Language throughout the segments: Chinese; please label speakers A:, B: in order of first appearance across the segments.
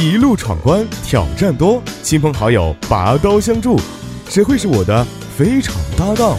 A: 一路闯关，挑战多，亲朋好友拔刀相助，谁会是我的非常搭档？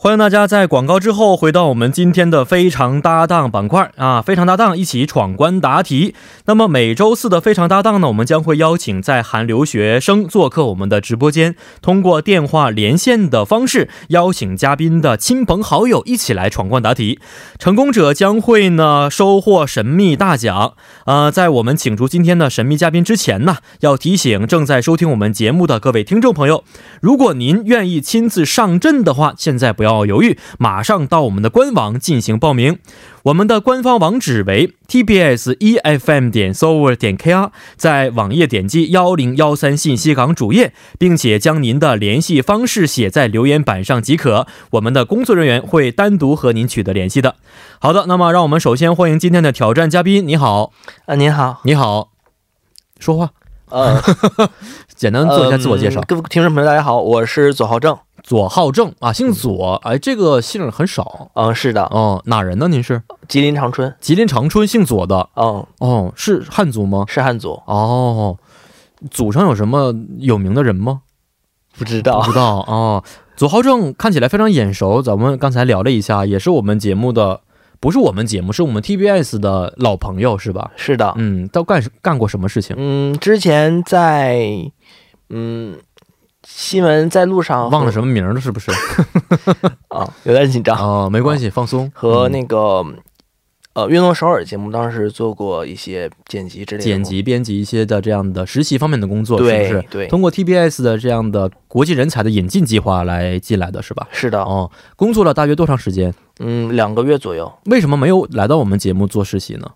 B: 欢迎大家在广告之后回到我们今天的非常搭档板块啊！非常搭档一起闯关答题。那么每周四的非常搭档呢，我们将会邀请在韩留学生做客我们的直播间，通过电话连线的方式，邀请嘉宾的亲朋好友一起来闯关答题。成功者将会呢收获神秘大奖。呃，在我们请出今天的神秘嘉宾之前呢，要提醒正在收听我们节目的各位听众朋友，如果您愿意亲自上阵的话，现在不要犹豫，马上到我们的官网进行报名。我们的官方网址为 tbs efm 点 s o v e r 点 kr，在网页点击幺零幺三信息港主页，并且将您的联系方式写在留言板上即可。我们的工作人员会单独和您取得联系的。好的，那么让我们首先欢迎今天的挑战嘉宾。你好，
C: 啊，您好，
B: 你呃好，说话，
C: 呃，
B: 简单做一下自我介绍。
C: 嗯各位听众朋友，大家好，我是左浩正。
B: 左浩正啊，姓左，哎，这个姓儿很少
C: 嗯，是的，
B: 哦。哪人呢？您是
C: 吉林长春。
B: 吉林长春姓左的
C: 嗯，
B: 哦，是汉族吗？
C: 是汉族，
B: 哦，祖上有什么有名的人吗？
C: 不
B: 不
C: 知道。
B: 知道哦。左浩正看起来非常眼熟，咱们刚才聊了一下，也是我们节目的，不是我们节目，是我们 TBS 的老朋友是吧？
C: 是的，
B: 嗯，都干干过什么事情？
C: 嗯，之前在嗯新闻在路上
B: 忘了什么名儿了是 不是？
C: 啊，有点紧张，
B: 啊，没关系，放松。
C: 和
B: 嗯
C: 那个呃运动首尔节目当时做过一些剪辑之类的
B: 剪
C: 工作。
B: 辑、编辑一些的这样的实习方面的工作，是不
C: 对
B: 是？
C: 对，
B: 通过 TBS 的这样的国际人才的引进计划来进来的是吧？
C: 是的，
B: 哦，工作了大约多长时间？
C: 嗯，两个月左右
B: 为什么没有来到我们节目做实习呢？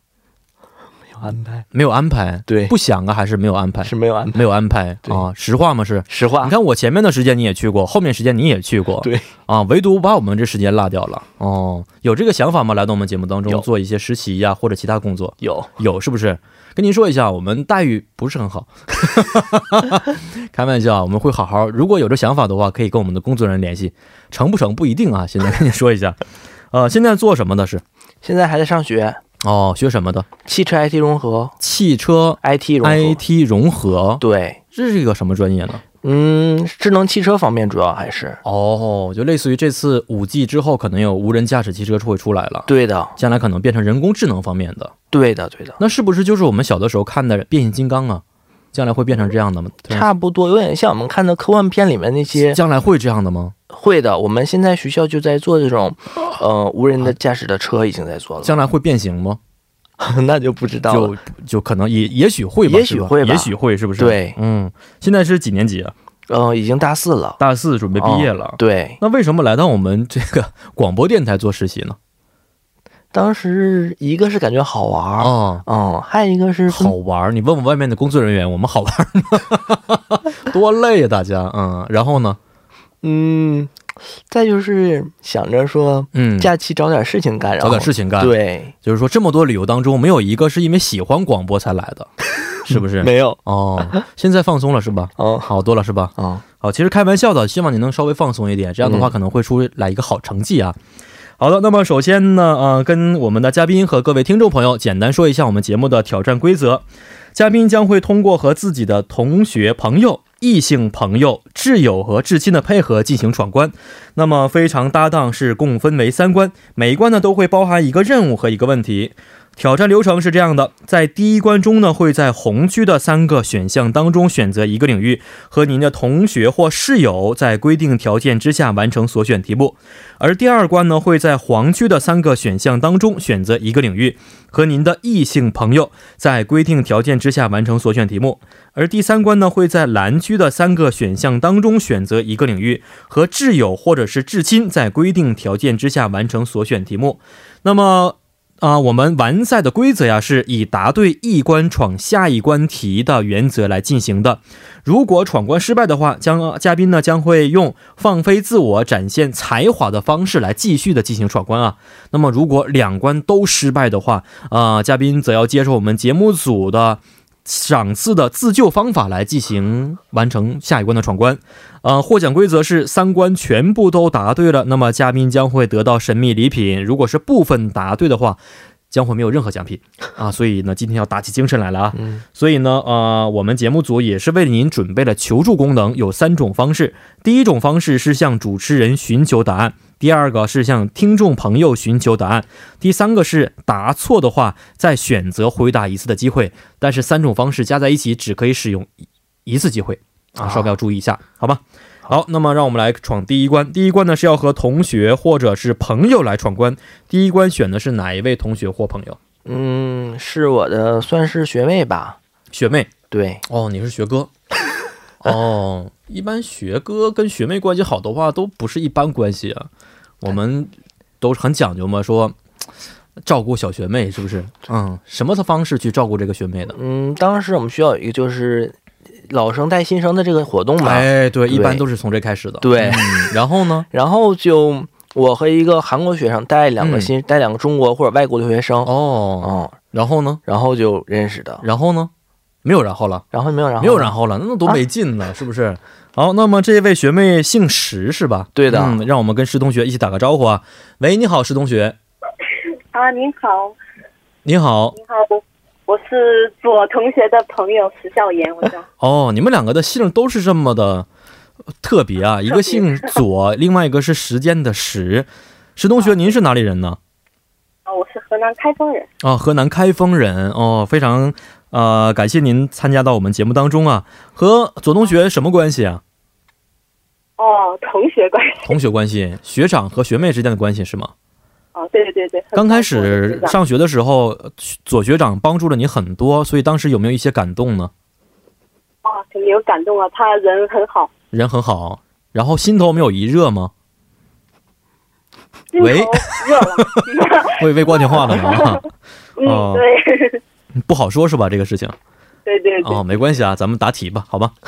C: 安排。
B: 没有安排，
C: 对，
B: 不想啊，还是没有安排？
C: 是没有安排。
B: 没有安排
C: 对
B: 啊，实话嘛是。
C: 实话
B: 你，看我前面的时间你也去过，后面时间你也去过，
C: 对
B: 啊，唯独把我们这时间落掉了。哦，有这个想法吗？来到我们节目当中
C: 有
B: 做一些实习呀、或者其他工作？
C: 有
B: 有是不是？跟您说一下，我们待遇不是很好， 开玩笑，我们会好好。如果有这想法的话，可以跟我们的工作人员联系，成不成不一定啊。现在跟你说一下，呃，现在做什么的是？
C: 现在还在上学，
B: 哦，学什么的？
C: 汽车 IT 融合
B: 汽车
C: ，IT 融合。
B: IT 融合，
C: 对，
B: 这是一个什么专业呢？
C: 嗯，智能汽车方面主要还是
B: 哦，就类似于这次五 G 之后，可能有无人驾驶汽车会出来了，
C: 对的，
B: 将来可能变成人工智能方面的，
C: 对的，对的，
B: 那是不是就是我们小的时候看的变形金刚啊？将来会变成这样的吗？
C: 差不多有点像我们看的科幻片里面那些
B: 将来会这样的吗？
C: 会的。我们现在学校就在做这种，呃，无人的驾驶的车已经在做了，
B: 将来会变形吗？
C: 那就不知道了。
B: 就就可能也也许会吧，
C: 也许
B: 是吧
C: 会吧
B: 也许会，是不是？，
C: 对，
B: 嗯，现在是几年级啊？
C: 呃，已经大四了，哦
B: 大四准备毕业了。
C: 对，
B: 那为什么来到我们这个 广播电台做实习呢？
C: 当时一个是感觉好玩儿，
B: 啊、
C: 嗯，还有一个是分
B: 好玩儿！你问问外面的工作人员，我们好玩儿吗？多累呀、大家。嗯，然后呢？
C: 嗯，再就是想着说
B: 嗯，
C: 假期找点事情干，然
B: 找
C: 后
B: 点事情干。，
C: 对，
B: 就是说这么多理由当中，没有一个是因为喜欢广播才来的，是不是？
C: 没有，
B: 哦，现在放松了是吧？
C: 嗯
B: 好多了是吧？
C: 嗯，
B: 好，其实开玩笑的，希望你能稍微放松一点，这样的话
C: 嗯
B: 可能会出来一个好成绩啊。好的，那么首先呢，呃，跟我们的嘉宾和各位听众朋友简单说一下我们节目的挑战规则。嘉宾将会通过和自己的同学、朋友、异性朋友、挚友和至亲的配合进行闯关。那么非常搭档是共分为三关，每一关呢都会包含一个任务和一个问题。挑战流程是这样的，在第一关中呢，会在红区的三个选项当中选择一个领域，和您的同学或室友在规定条件之下完成所选题目。而第二关呢，会在黄区的三个选项当中选择一个领域，和您的异性朋友在规定条件之下完成所选题目。而第三关呢，会在蓝区的三个选项当中选择一个领域，和挚友或者是至亲在规定条件之下完成所选题目。那么。啊、我们完赛的规则呀，是以答对一关闯下一关题的原则来进行的。如果闯关失败的话，将呃嘉宾呢将会用放飞自我、展现才华的方式来继续的进行闯关啊。那么如果两关都失败的话，啊、嘉宾则要接受我们节目组的。赏赐的自救方法来进行完成下一关的闯关，呃，获奖规则是三关全部都答对了，那么嘉宾将会得到神秘礼品；如果是部分答对的话，将会没有任何奖品啊。所以呢，今天要打起精神来了啊。
C: 嗯，
B: 所以呢，呃，我们节目组也是为您准备了求助功能，有三种方式。第一种方式是向主持人寻求答案，第二个是向听众朋友寻求答案，第三个是答错的话再选择回答一次的机会。但是三种方式加在一起只可以使用一一次机会啊，
C: 啊
B: 稍微要注意一下，好吧？好，那么让我们来闯第一关。第一关呢是要和同学或者是朋友来闯关。第一关选的是哪一位同学或朋友？
C: 嗯，是我的算是学妹吧？
B: 学妹。
C: 对，
B: 哦，你是学 哥。哦，一般学哥跟学妹关系好的话，都不是一般关系啊。我们都是很讲究嘛，说照顾小学妹是不是？嗯，什么的方式去照顾这个学妹的？
C: 嗯，当时我们学校有一个就是老生带新生的这个活动嘛，
B: 哎，对，
C: 对
B: 一般都是从这开始的。
C: 对
B: 嗯然后呢？
C: 然后就我和一个韩国学生带两
B: 嗯
C: 个新、带两个中国或者外国留学生，
B: 哦，
C: 嗯，
B: 然后呢？
C: 然后就认识的，
B: 然后呢？没有然后了，
C: 然后没有然后
B: 没有然后了，那多
C: 啊
B: 没劲呢，是不是？好，那么这位学妹姓石是吧？
C: 对的
B: 嗯，让我们跟石同学一起打个招呼啊。喂，你好，石同学，
D: 啊，您好，
B: 你好。
D: 您好，我我是我同学的朋友石笑言，我叫
B: 哦，你们两个的姓都是这么的呃特别啊，一个姓左，另外一个是时间的时。石同学，您是哪里人呢？
D: 啊，我是河南开封人。
B: 啊，河南开封人哦，非常呃，感谢您参加到我们节目当中啊。和左同学什么关系啊？
D: 哦，同学关系
B: 同学关系，学长和学妹之间的关系是吗？
D: 哦，对对对对。很
B: 刚开
D: 感动我
B: 始
D: 知道
B: 上学的时候，呃左学长帮助了你很多，所以当时有没有一些感动呢？
D: 哦，挺有感动啊，他人很好，
B: 人很好，然后心头没有一热吗？
D: 心头
B: 喂
D: 热了。
B: 我以为挂电话了呢啊， 哦
D: 嗯，对
B: 不好说是吧？这个事情。
D: 对对对
B: 哦，没关系啊，咱们答题吧，好吧？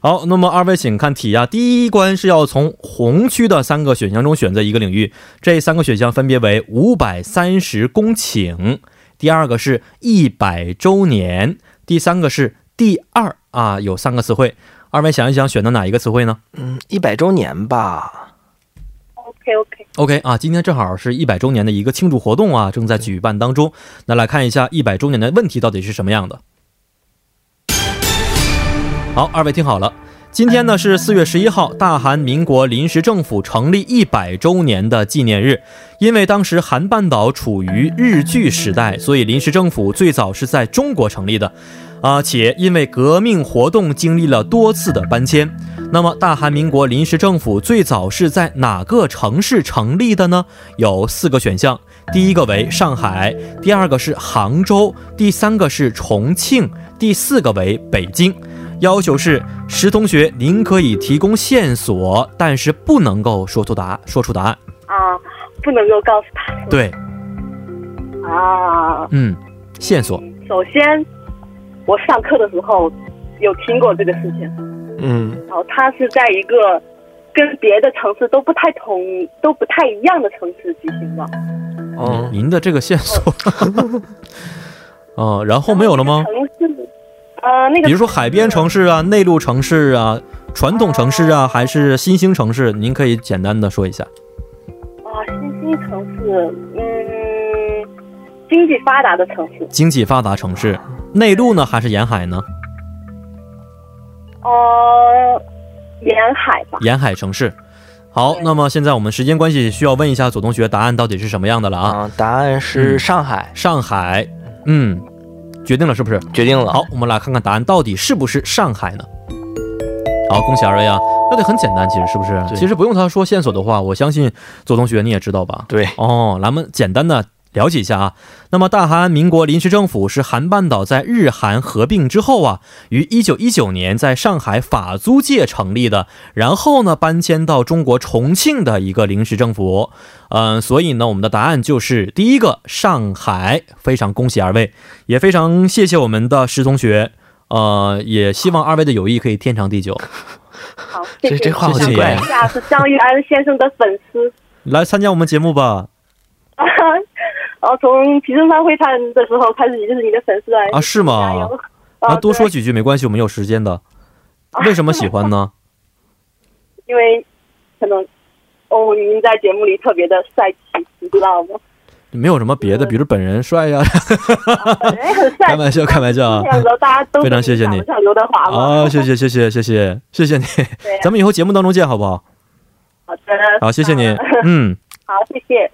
B: 好，那么二位请看题啊。第一关是要从红区的三个选项中选择一个领域，这三个选项分别为五百三十公顷，第二个是一百周年，第三个是第二啊，有三个词汇。二位想一想，选的哪一个词汇呢
C: 嗯一百周年吧，
D: ，OK OK，
B: ？OK 啊，今天正好是一百周年的一个庆祝活动啊，正在举办当中。那来看一下一百周年的问题到底是什么样的。好，二位听好了，今天呢是四月十一号，大韩民国临时政府成立一百周年的纪念日。因为当时韩半岛处于日据时代，所以临时政府最早是在中国成立的。啊，且因为革命活动经历了多次的搬迁，那么大韩民国临时政府最早是在哪个城市成立的呢？有四个选项，第一个为上海，第二个是杭州，第三个是重庆，第四个为北京。要求是石同学，您可以提供线索，但是不能够说出答案，说出答案。
D: 啊，不能够告诉他
B: 对，
D: 啊。
B: 嗯，线索
D: 首先，我上课的时候有听过这个事情，
C: 嗯，
D: 然后他是在一个跟别的城市都不太同、都不太一样的城市举行的。
C: 哦，
B: 您的这个线索， 哦，然后没有了吗？
D: 城市，呃，那个
B: 比如说海边城市啊、内陆城市啊、传统城市啊，还是新兴城市，您可以简单的说一下。
D: 啊，新兴城市，嗯，经济发达的城市，
B: 经济发达城市，内陆呢还是沿海呢？
D: 呃，沿海吧，
B: 沿海城市。好，那么现在我们时间关系，需要问一下左同学答案到底是什么样的了啊？
C: 啊，答案是
B: 嗯
C: 上海，
B: 上海，嗯，决定了是不是？
C: 决定了，
B: 好，我们来看看答案到底是不是上海呢？好，恭喜二位啊！那得很简单，其实是不是？
C: 对
B: 其实不用他说线索的话，我相信左同学你也知道吧？
C: 对，
B: 哦，咱们简单的了解一下啊。那么，大韩民国临时政府是韩半岛在日韩合并之后啊，于一九一九年在上海法租界成立的，然后呢搬迁到中国重庆的一个临时政府。嗯、所以呢，我们的答案就是第一个上海。非常恭喜二位，也非常谢谢我们的石同学。呃，也希望二位的友谊可以天长地久。
D: 好，谢谢。
C: 这这话啊
B: 好奇怪
D: 我 下是张玉安先生的粉丝，
B: 来参加我们节目吧！
D: 然后从皮正山会看的时候开始，也就是你的粉丝了
B: 啊，是
D: 加
B: 吗
D: 油？哦
B: 啊，多，说
D: 对
B: 几句没关系，我们有时间的。为什么喜欢呢？
D: 因为可能哦，您在节目里特别的帅气，你知道吗？
B: 没有什么别的，比如本人帅 呀，
D: 本人很帅
B: 开，玩笑，开玩笑啊
D: 这。样子大家都
B: 非常谢谢你
D: 想不想刘德华吗？
B: 啊，谢谢谢谢谢谢谢谢你，
D: 对
B: 咱们以后节目当中见好不好？
D: 好的，
B: 好，谢谢你，嗯
D: 好，谢谢，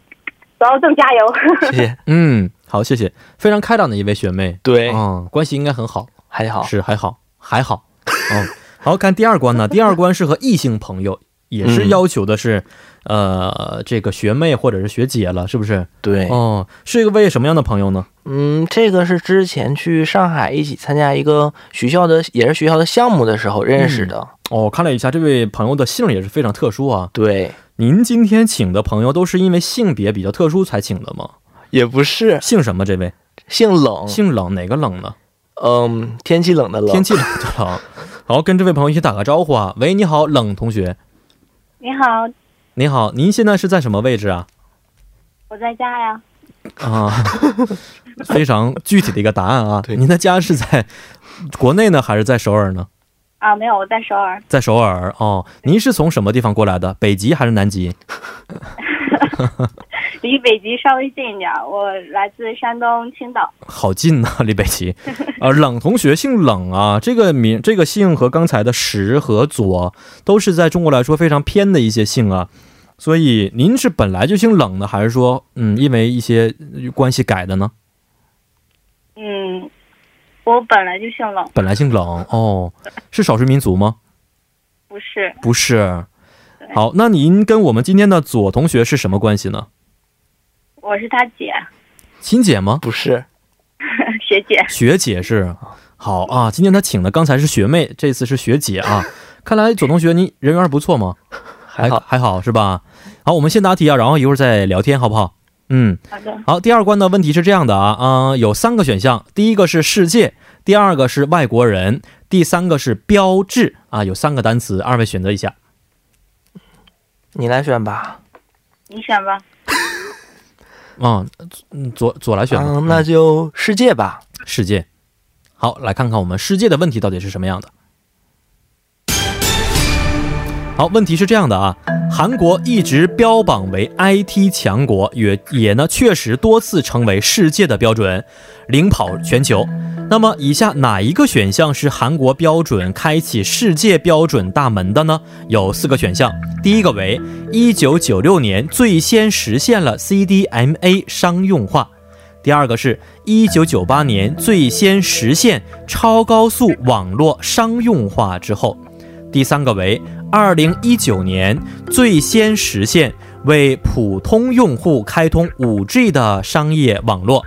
D: 然后正加油。
C: 谢谢。
B: 嗯，好，谢谢，非常开朗的一位学妹，
C: 对，
B: 嗯，关系应该很好，
C: 还好，
B: 是还好还 好，嗯，好看第二关 呢，第二关是和异性朋友，也是
C: 嗯
B: 要求的是，呃，这个学妹或者是学姐了，是不是？
C: 对，
B: 哦，是一个位什么样的朋友呢？
C: 嗯，这个是之前去上海一起参加一个学校的，也是学校的项目的时候认识的。
B: 哦，看了一下这位朋友的姓儿也是非常特殊啊。
C: 对，
B: 您今天请的朋友都是因为性别比较特殊才请的吗？
C: 也不是
B: 姓什么？这位
C: 姓冷，
B: 姓冷，哪个冷呢？
C: 嗯，天气冷的冷，
B: 天气冷就冷。好，跟这位朋友一起打个招呼啊。喂，你好，冷同学。
D: 你好，
B: 你好，您现在是在什么位置啊？
D: 我在家呀。
B: 啊，非常具体的一个答案啊。
C: 对
B: 您的家是在国内呢，还是在首尔呢？
D: 啊，没有，我在首尔，
B: 在首尔哦。您是从什么地方过来的？北极还是南极？
D: 离北极稍微近一点儿。我来自山东青岛。
B: 好近呐、离北极。呃，冷同学姓冷啊，这个名、这个姓和刚才的石和左都是在中国来说非常偏的一些姓啊。所以您是本来就姓冷的，还是说，嗯，因为一些呃关系改的呢？
D: 嗯，我本来就姓冷，
B: 本来姓冷哦，是少数民族吗？
D: 不是
B: 不是
D: 对。
B: 好，那您跟我们今天的左同学是什么关系呢？
D: 我是他姐
B: 亲姐吗？
C: 不是，
D: 学姐。
B: 学姐是。好啊，今天他请的刚才是学妹，这次是学姐啊。看来左同学您人缘不错嘛。
C: 还好。
B: 还好是吧？好，我们先答题啊，然后一会儿再聊天，好不好？嗯，
D: 好的，
B: 好。第二关的问题是这样的啊，嗯、有三个选项，第一个是世界，第二个是外国人，第三个是标志啊，有三个单词，二位选择一下。
C: 你来选吧。
D: 你选吧。
B: 啊、嗯，左左来选吧。
C: 嗯，那就世界吧。
B: 世界。好，来看看我们世界的问题到底是什么样的。好，问题是这样的啊，韩国一直标榜为 IT 强国，也也呢确实多次成为世界的标准，领跑全球。那么，以下哪一个选项是韩国标准开启世界标准大门的呢？有四个选项，第一个为1996年最先实现了 CDMA 商用化，第二个是1998年最先实现超高速网络商用化之后，第三个为2019年最先实现为普通用户开通 5G 的商业网络，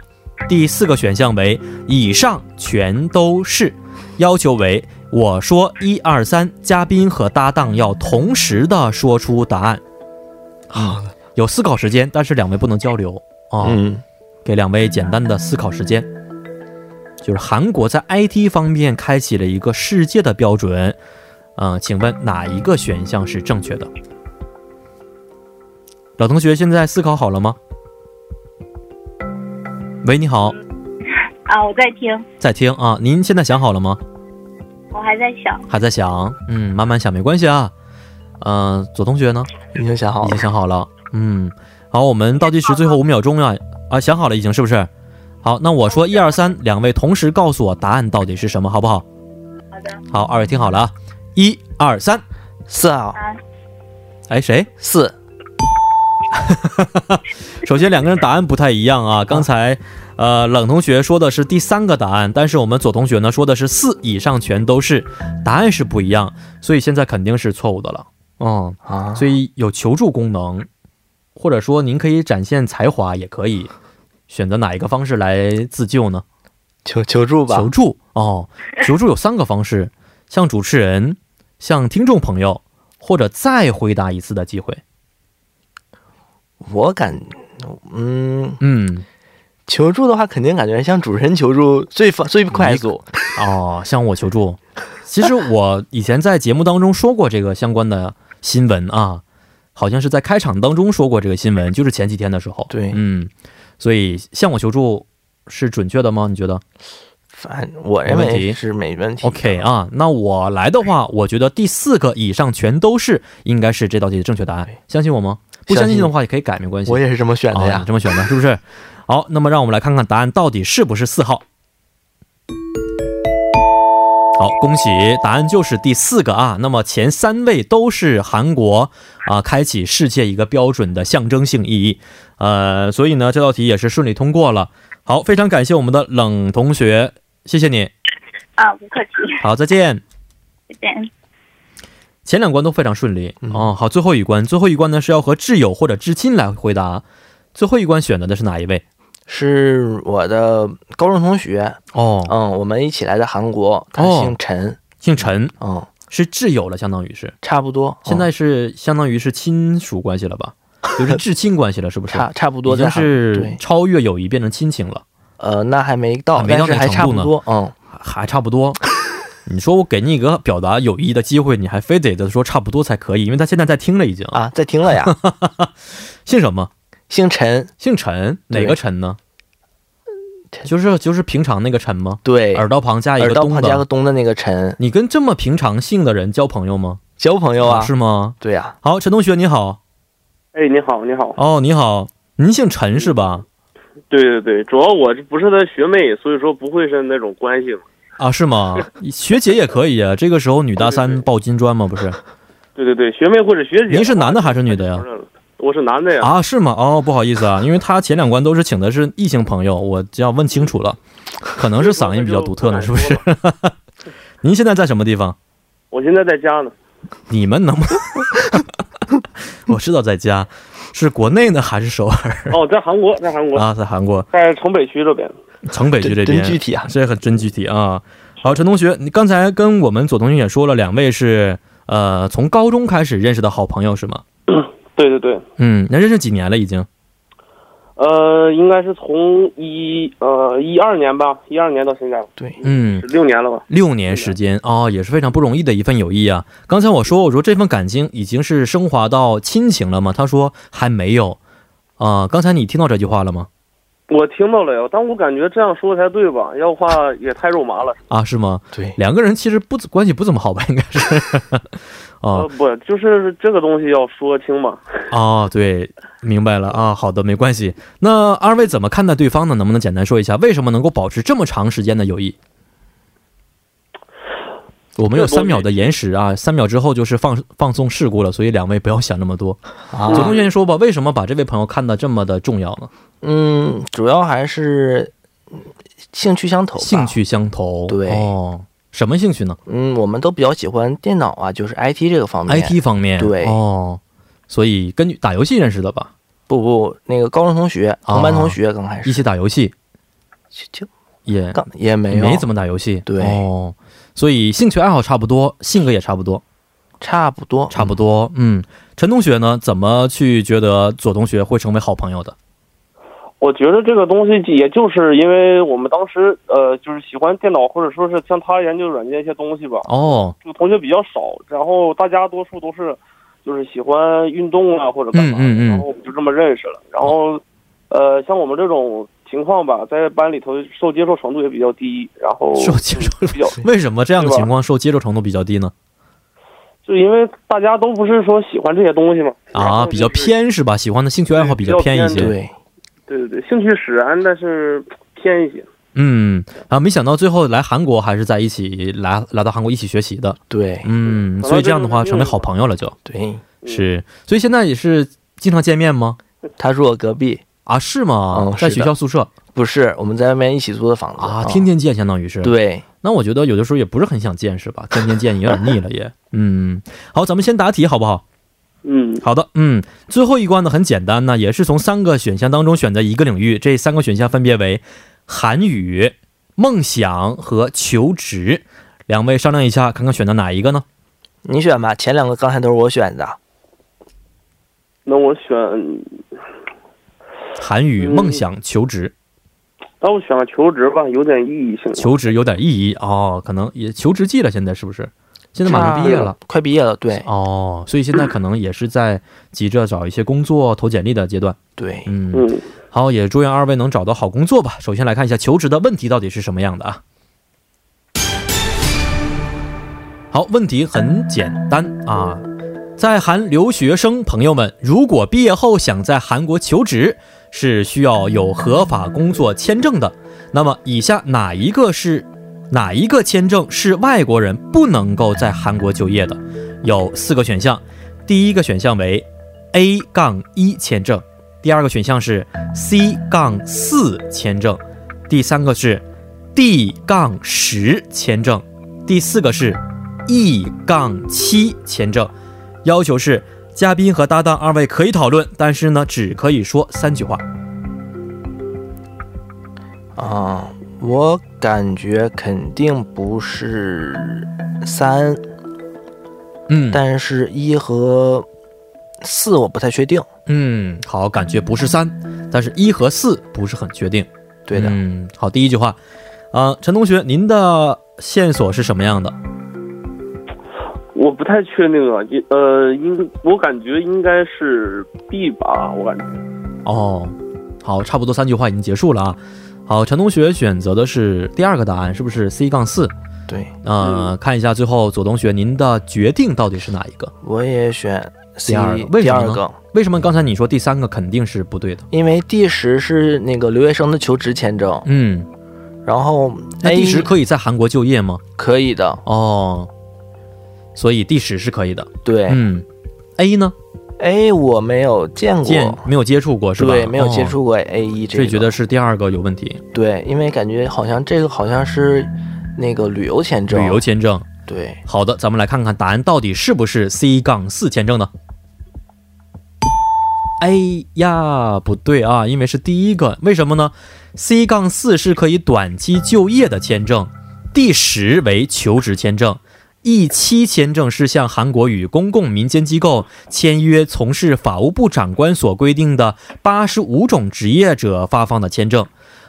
B: 第四个选项为以上全都是，要求为我说一二三，嘉宾和搭档要同时的说出答案。
C: 好的。
B: 有思考时间，但是两位不能交流啊。
C: 嗯，
B: 给两位简单的思考时间，就是韩国在 IT 方面开启了一个世界的标准，嗯、请问哪一个选项是正确的？老同学现在思考好了吗？喂，你好，
D: 啊，我在听，
B: 在听啊，您现在想好了吗？
D: 我还在想。
B: 还在想，嗯，慢慢想没关系啊。嗯、左同学呢？
C: 已经想好
B: 已
C: 了
B: 经。想好了。嗯，好，我们倒计时最后五秒钟啊啊，想好了已经是不是？好，那我说一二三，两位同时告诉我答案到底是什么，好不好？
D: 好的，
B: 好，二位听好了啊，一二三，
C: 四号，
D: 啊，
B: 哎，谁？
C: 四，
B: 首先两个人答案不太一样啊，刚才。呃，冷同学说的是第三个答案，但是我们左同学呢说的是四以上全都是，答案是不一样，所以现在肯定是错误的了。嗯，
C: 啊，
B: 所以有求助功能，或者说您可以展现才华，也可以选择哪一个方式来自救呢？
C: 求求助吧
B: 求。助哦，求助有三个方式，向主持人、向听众朋友，或者再回答一次的机会。
C: 我感，嗯，
B: 嗯，
C: 求助的话，肯定感觉向主持人求助最方最快速。
B: 哦，向我求助。其实我以前在节目当中说过这个相关的新闻啊，好像是在开场当中说过这个新闻，就是前几天的时候。
C: 对
B: 嗯，所以向我求助是准确的吗？你觉得？
C: 反我认
B: 没问题
C: 为是没问题的。
B: OK 啊，那我来的话，我觉得第四个以上全都是，应该是这道题的正确答案
C: 对。
B: 相信我吗？不
C: 相
B: 相信
C: 信
B: 的话也可以改，没关系。
C: 我也是这么选的
B: 哦
C: 呀
B: 你。这么选的，是 不是？好，那么让我们来看看答案到底是不是四号。好，恭喜，答案就是第四个啊。那么前三位都是韩国啊、开启世界一个标准的象征性意义。呃，所以呢，这道题也是顺利通过了。好，非常感谢我们的冷同学，谢谢你。
E: 啊，不客气，
B: 好，再见。
E: 再见。
B: 前两关都非常顺利、
C: 嗯
B: 哦。好，最后一关，最后一关呢是要和挚友或者至亲来回答。最后一关选择的是哪一位？
C: 是我的高中同学，
B: 哦，
C: 嗯，我们一起来的韩国，他
B: 哦
C: 姓陈，
B: 姓陈，
C: 嗯，
B: 是挚友了，相当于是，
C: 差不多，
B: 哦现在
C: 嗯
B: 是相当于是亲属关系了 吧，就是至亲关系了，是不是？
C: 差差不
B: 已
C: 多在
B: 经
C: 韩
B: 是
C: 对，
B: 超越友谊变成亲情了，
C: 呃，那还没到，
B: 还没到
C: 但是
B: 那
C: 还
B: 程
C: 差
B: 度
C: 不
B: 呢哦
C: 多，嗯，
B: 还还差不多。 你说我给你一个表达友谊的机会，你还非得的说差不多才可以，因为他现在在听了已经。
C: 啊，在听 了呀，
B: 姓什么？
C: 姓陈，
B: 姓陈，
C: 对
B: 哪个陈呢？
C: 陈
B: 就是就是平常那个陈吗？
C: 对，
B: 耳朵旁加一
C: 耳
B: 个
C: 道
B: 东
C: 旁加个
B: 的。
C: 东的那个陈，
B: 你跟这么平常性的人交朋友吗？
C: 交朋友啊，
B: 哦是吗？
C: 对呀，
B: 好，陈同学你好。
F: 哎，你好，你好。
B: 哦，你好，您姓陈是 吧？
F: 对对对，主要我这不是他学妹，所以说不会是那种关系嘛。
B: 啊，是吗？学姐也可以啊，这个时候女大三抱金砖嘛，不 是？
F: 对对对，学妹或者学姐。
B: 您是男的还是女的呀？？
F: 我是男的呀。
B: 啊，是吗？哦，不好意思啊，因为他前两关都是请的是异性朋友，我就要问清楚了，可能是嗓音比较独 特呢，是不是？您现在在什么地方？
F: 我现在在家呢，
B: 你们能不 能？我知道在家，是国内呢还是首尔
F: 哦，在韩国，在韩国，
B: 啊？在韩国
F: 在城北区这边。
B: 城北区这
C: 真真具
B: 边，
C: 体啊，
B: 这很真具体啊。好，陈同学，你刚才跟我们左同学也说了，两位是呃从高中开始认识的好朋友是吗？
F: 对对对，
B: 嗯，那认识几年了已经？
F: 呃，应该是从一呃一二年吧，一二年到现在
C: 对，
B: 嗯，
F: 六年了吧。
B: 六年时间哦，也是非常不容易的一份友谊啊。刚才我说，我说这份感情已经是升华到亲情了吗？他说还没有。啊、刚才你听到这句话了吗？
F: 我听到了呀，但我感觉这样说才对吧？要话也太肉麻了。
B: 啊，是吗？
C: 对，
B: 两个人其实不怎关系不怎么好吧，应该是。
F: 呃
B: 哦，
F: 不，就是这个东西要说清嘛。
B: 哦，对，明白了啊。好的，没关系。那二位怎么看待对方呢？能不能简单说一下，为什么能够保持这么长时间的友谊？我们有三秒的延时啊，三秒之后就是放放松事故了，所以两位不要想那么多。
C: 啊
B: 左同学说吧，为什么把这位朋友看得这么的重要呢？
C: 嗯，主要还是嗯兴趣相投吧，
B: 兴趣相投，
C: 对
B: 哦，什么兴趣呢
C: 嗯，我们都比较喜欢电脑啊，就是 IT 这个方面。
B: ？IT 方面，
C: 对
B: 哦，所以根据打游戏认识的吧，
C: 不不，那个高中同学，同班同学刚开始
B: 哦一起打游戏
C: 就就
B: 也
C: 刚也没有，
B: 没怎么打游戏，
C: 对
B: 哦，所以兴趣爱好差不多，性格也差不多，
C: 差不多，
B: 差不多，嗯。陈同学呢，怎么去觉得左同学会成为好朋友的？
F: 我觉得这个东西，也就是因为我们当时呃，就是喜欢电脑，或者说是像他研究软件一些东西吧，
B: 哦，
F: 就同学比较少，然后大家多数都是就是喜欢运动啊或者干嘛，
B: 嗯嗯嗯
F: 然后我们就这么认识了。然后呃，像我们这种情况吧，在班里头受接受程度也比较低，然后
B: 受接受
F: 比较，
B: 为什么这样的
F: 对吧
B: 情况受接受程度比较低呢？
F: 就因为大家都不是说喜欢这些东西嘛，然后
B: 啊，
F: 就
B: 比较
F: 是，
B: 偏是吧？喜欢的兴趣爱好比较
F: 比较
B: 偏一
F: 偏
B: 些，
C: 嗯对，
F: 对对对，兴趣使然，但是偏一些。
B: 嗯，啊，没想到最后来韩国还是在一起来来到韩国一起学习的，
C: 对
B: 嗯，所以这样的话成为好朋友了就，
C: 对，
F: 嗯
B: 是，所以现在也是经常见面吗？
C: 他住我隔壁，
B: 啊，是吗？
C: 嗯
B: 在
C: 是
B: 学
C: 的
B: 校宿舍
C: 不是我们在外面一起租的房子
B: 啊，
C: 嗯
B: 天天见，相当于是。，
C: 对，
B: 那我觉得有的时候也不是很想见，是吧？ 天天见有点腻了也。嗯，好，咱们先答题好不好？
F: 嗯，
B: 好的，嗯，最后一关呢很简单呢，也是从三个选项当中选择一个领域，这三个选项分别为韩语、梦想和求职。两位商量一下，看看选择哪一个呢？
C: 你选吧，前两个刚才都是我选的，
F: 那我选，
B: 韩语、
F: 嗯
B: 梦想、求职，
F: 那我选个求职吧，有点意义性。
B: 求职有点意义哦，可能也求职季了，现在是不是？现在马上
C: 差
B: 毕业了，
C: 快毕业了，对
B: 哦，所以现在可能也是在急着找一些工作、投简历的阶段。
C: 对，
B: 嗯，
F: 嗯，
B: 好，也祝愿二位能找到好工作吧。首先来看一下求职的问题到底是什么样的啊？好，问题很简单啊，在韩留学生朋友们，如果毕业后想在韩国求职，是需要有合法工作签证的。那么，以下哪一个是哪一个签证是外国人不能够在韩国就业的？有四个选项，第一个选项为 A 杠一签证，第二个选项是 C 杠四签证，第三个是 D 杠十签证，第四个是 E 杠七签证。要求是嘉宾和搭档二位可以讨论，但是呢，只可以说三句话。
C: 啊、我感觉肯定不是三，
B: 嗯
C: 但是一和四我不太确定。
B: 嗯，好，感觉不是三，但是一和四不是很确定。
C: 对的，
B: 嗯，好，第一句话，啊、陈同学，您的线索是什么样的？
F: 我不太确定啊，也呃，应我感觉应该是 B 吧，我感觉。
B: 哦，好，差不多三句话已经结束了啊。好，陈同学选择的是第二个答案，是不是 C 杠四？
C: 对，嗯
B: 呃，看一下最后左同学您的决定到底是哪一个？
C: 我也选 C
B: 第二个为
C: 第
B: 什么
C: 二
B: 呢
C: 个，
B: 为什么刚才你说第三个肯定是不对的？
C: 因为第十是那个留学生的求职签证，
B: 嗯，
C: 然后
B: 那
C: A
B: 第十可以在韩国就业吗？
C: 可以的，
B: 哦，所以第十是可以的。
C: 对、
B: 嗯，A 呢？
C: A 我没有见过，
B: 见没有接触过是吧？
C: 对，没有接
B: 哦，
C: 触过 A 一这
B: 所
C: 个，
B: 以觉得是第二个有问题，
C: 对，因为感觉好像这个好像是那个旅游签证，
B: 旅游签证。
C: 对，
B: 好的，咱们来看看答案到底是不是 C 杠四签证呢？哎呀，不对啊，因为是第一个，为什么呢？C 杠四是可以短期就业的签证，D 十为求职签证，E 七签证是向韩国与公共民间机构签约从事法务部长官所规定的八十五种职业者发放的签证。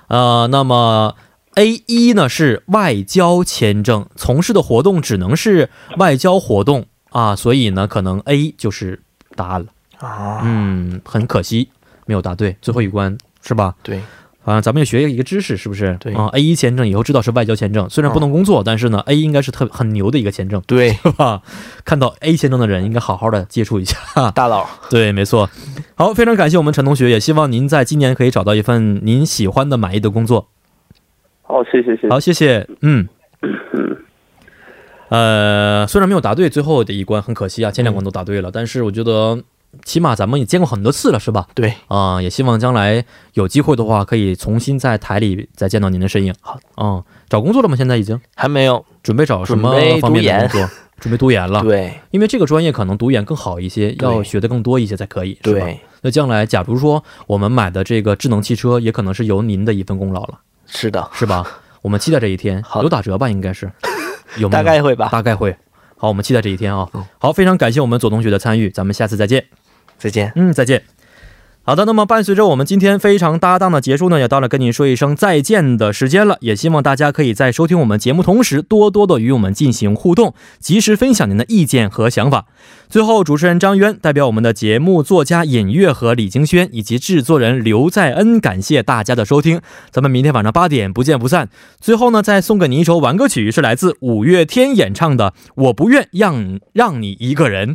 B: 呃，那么 A 一呢是外交签证，从事的活动只能是外交活动啊，所以呢，可能 A 就是答案了。
C: 啊，
B: 嗯，很可惜没有答对，最后一关是吧？
C: 对，
B: 啊，咱们也学一个知识，是不是？
C: 对
B: 啊、a 一签证以后知道是外交签证，虽然不能工作，但是呢，A 应该是特很牛的一个签证，
C: 对，
B: 对吧？ 看到 A 签证的人应该好好的接触 一下。
C: 大佬，
B: 对，没错。好，非常感谢我们陈同学，也希望您在今年可以找到一份您喜欢的、满意的工作。
F: 好，谢谢谢谢。
B: 好，谢谢。嗯，呃，虽然没有答对最后的一关，很可惜啊，前两关都答对了，
C: 嗯
B: 但是我觉得起码咱们也见过很多次了，是吧？
C: 对，
B: 啊、也希望将来有机会的话，可以重新在台里再见到您的身影。好，嗯，找工作了吗？现在已经
C: 还没有，
B: 准备找什么
C: 准备
B: 方面
C: 读
B: 的
C: 研
B: 工 作？准备读研了，
C: 对
B: 因为这个专业可能读研更好一些，
C: 对
B: 要学的更多一些才可以，是吧？
C: 对，
B: 那将来假如说我们买的这个智能汽车，也可能是由您的一份功劳了。
C: 是的，
B: 是吧？我们期待这一天，
C: 好的
B: 有打折吧？应该是 有没有
C: 大概嗯会吧，
B: 大概会。好，我们期待这一天啊、好，非常感谢我们左同学的参与，咱们下次再见。
C: 再见，
B: 嗯，再见。好的，那么伴随着我们今天非常搭档的结束呢，也到了跟您说一声再见的时间了。也希望大家可以在收听我们节目同时，多多的与我们进行互动，及时分享您的意见和想法。最后，主持人张渊代表我们的节目作家尹月和李京轩以及制作人刘在恩，感谢大家的收听。咱们明天晚上八点不见不散。最后呢，再送给您一首挽歌曲，是来自五月天演唱的《我不愿让让你一个人》。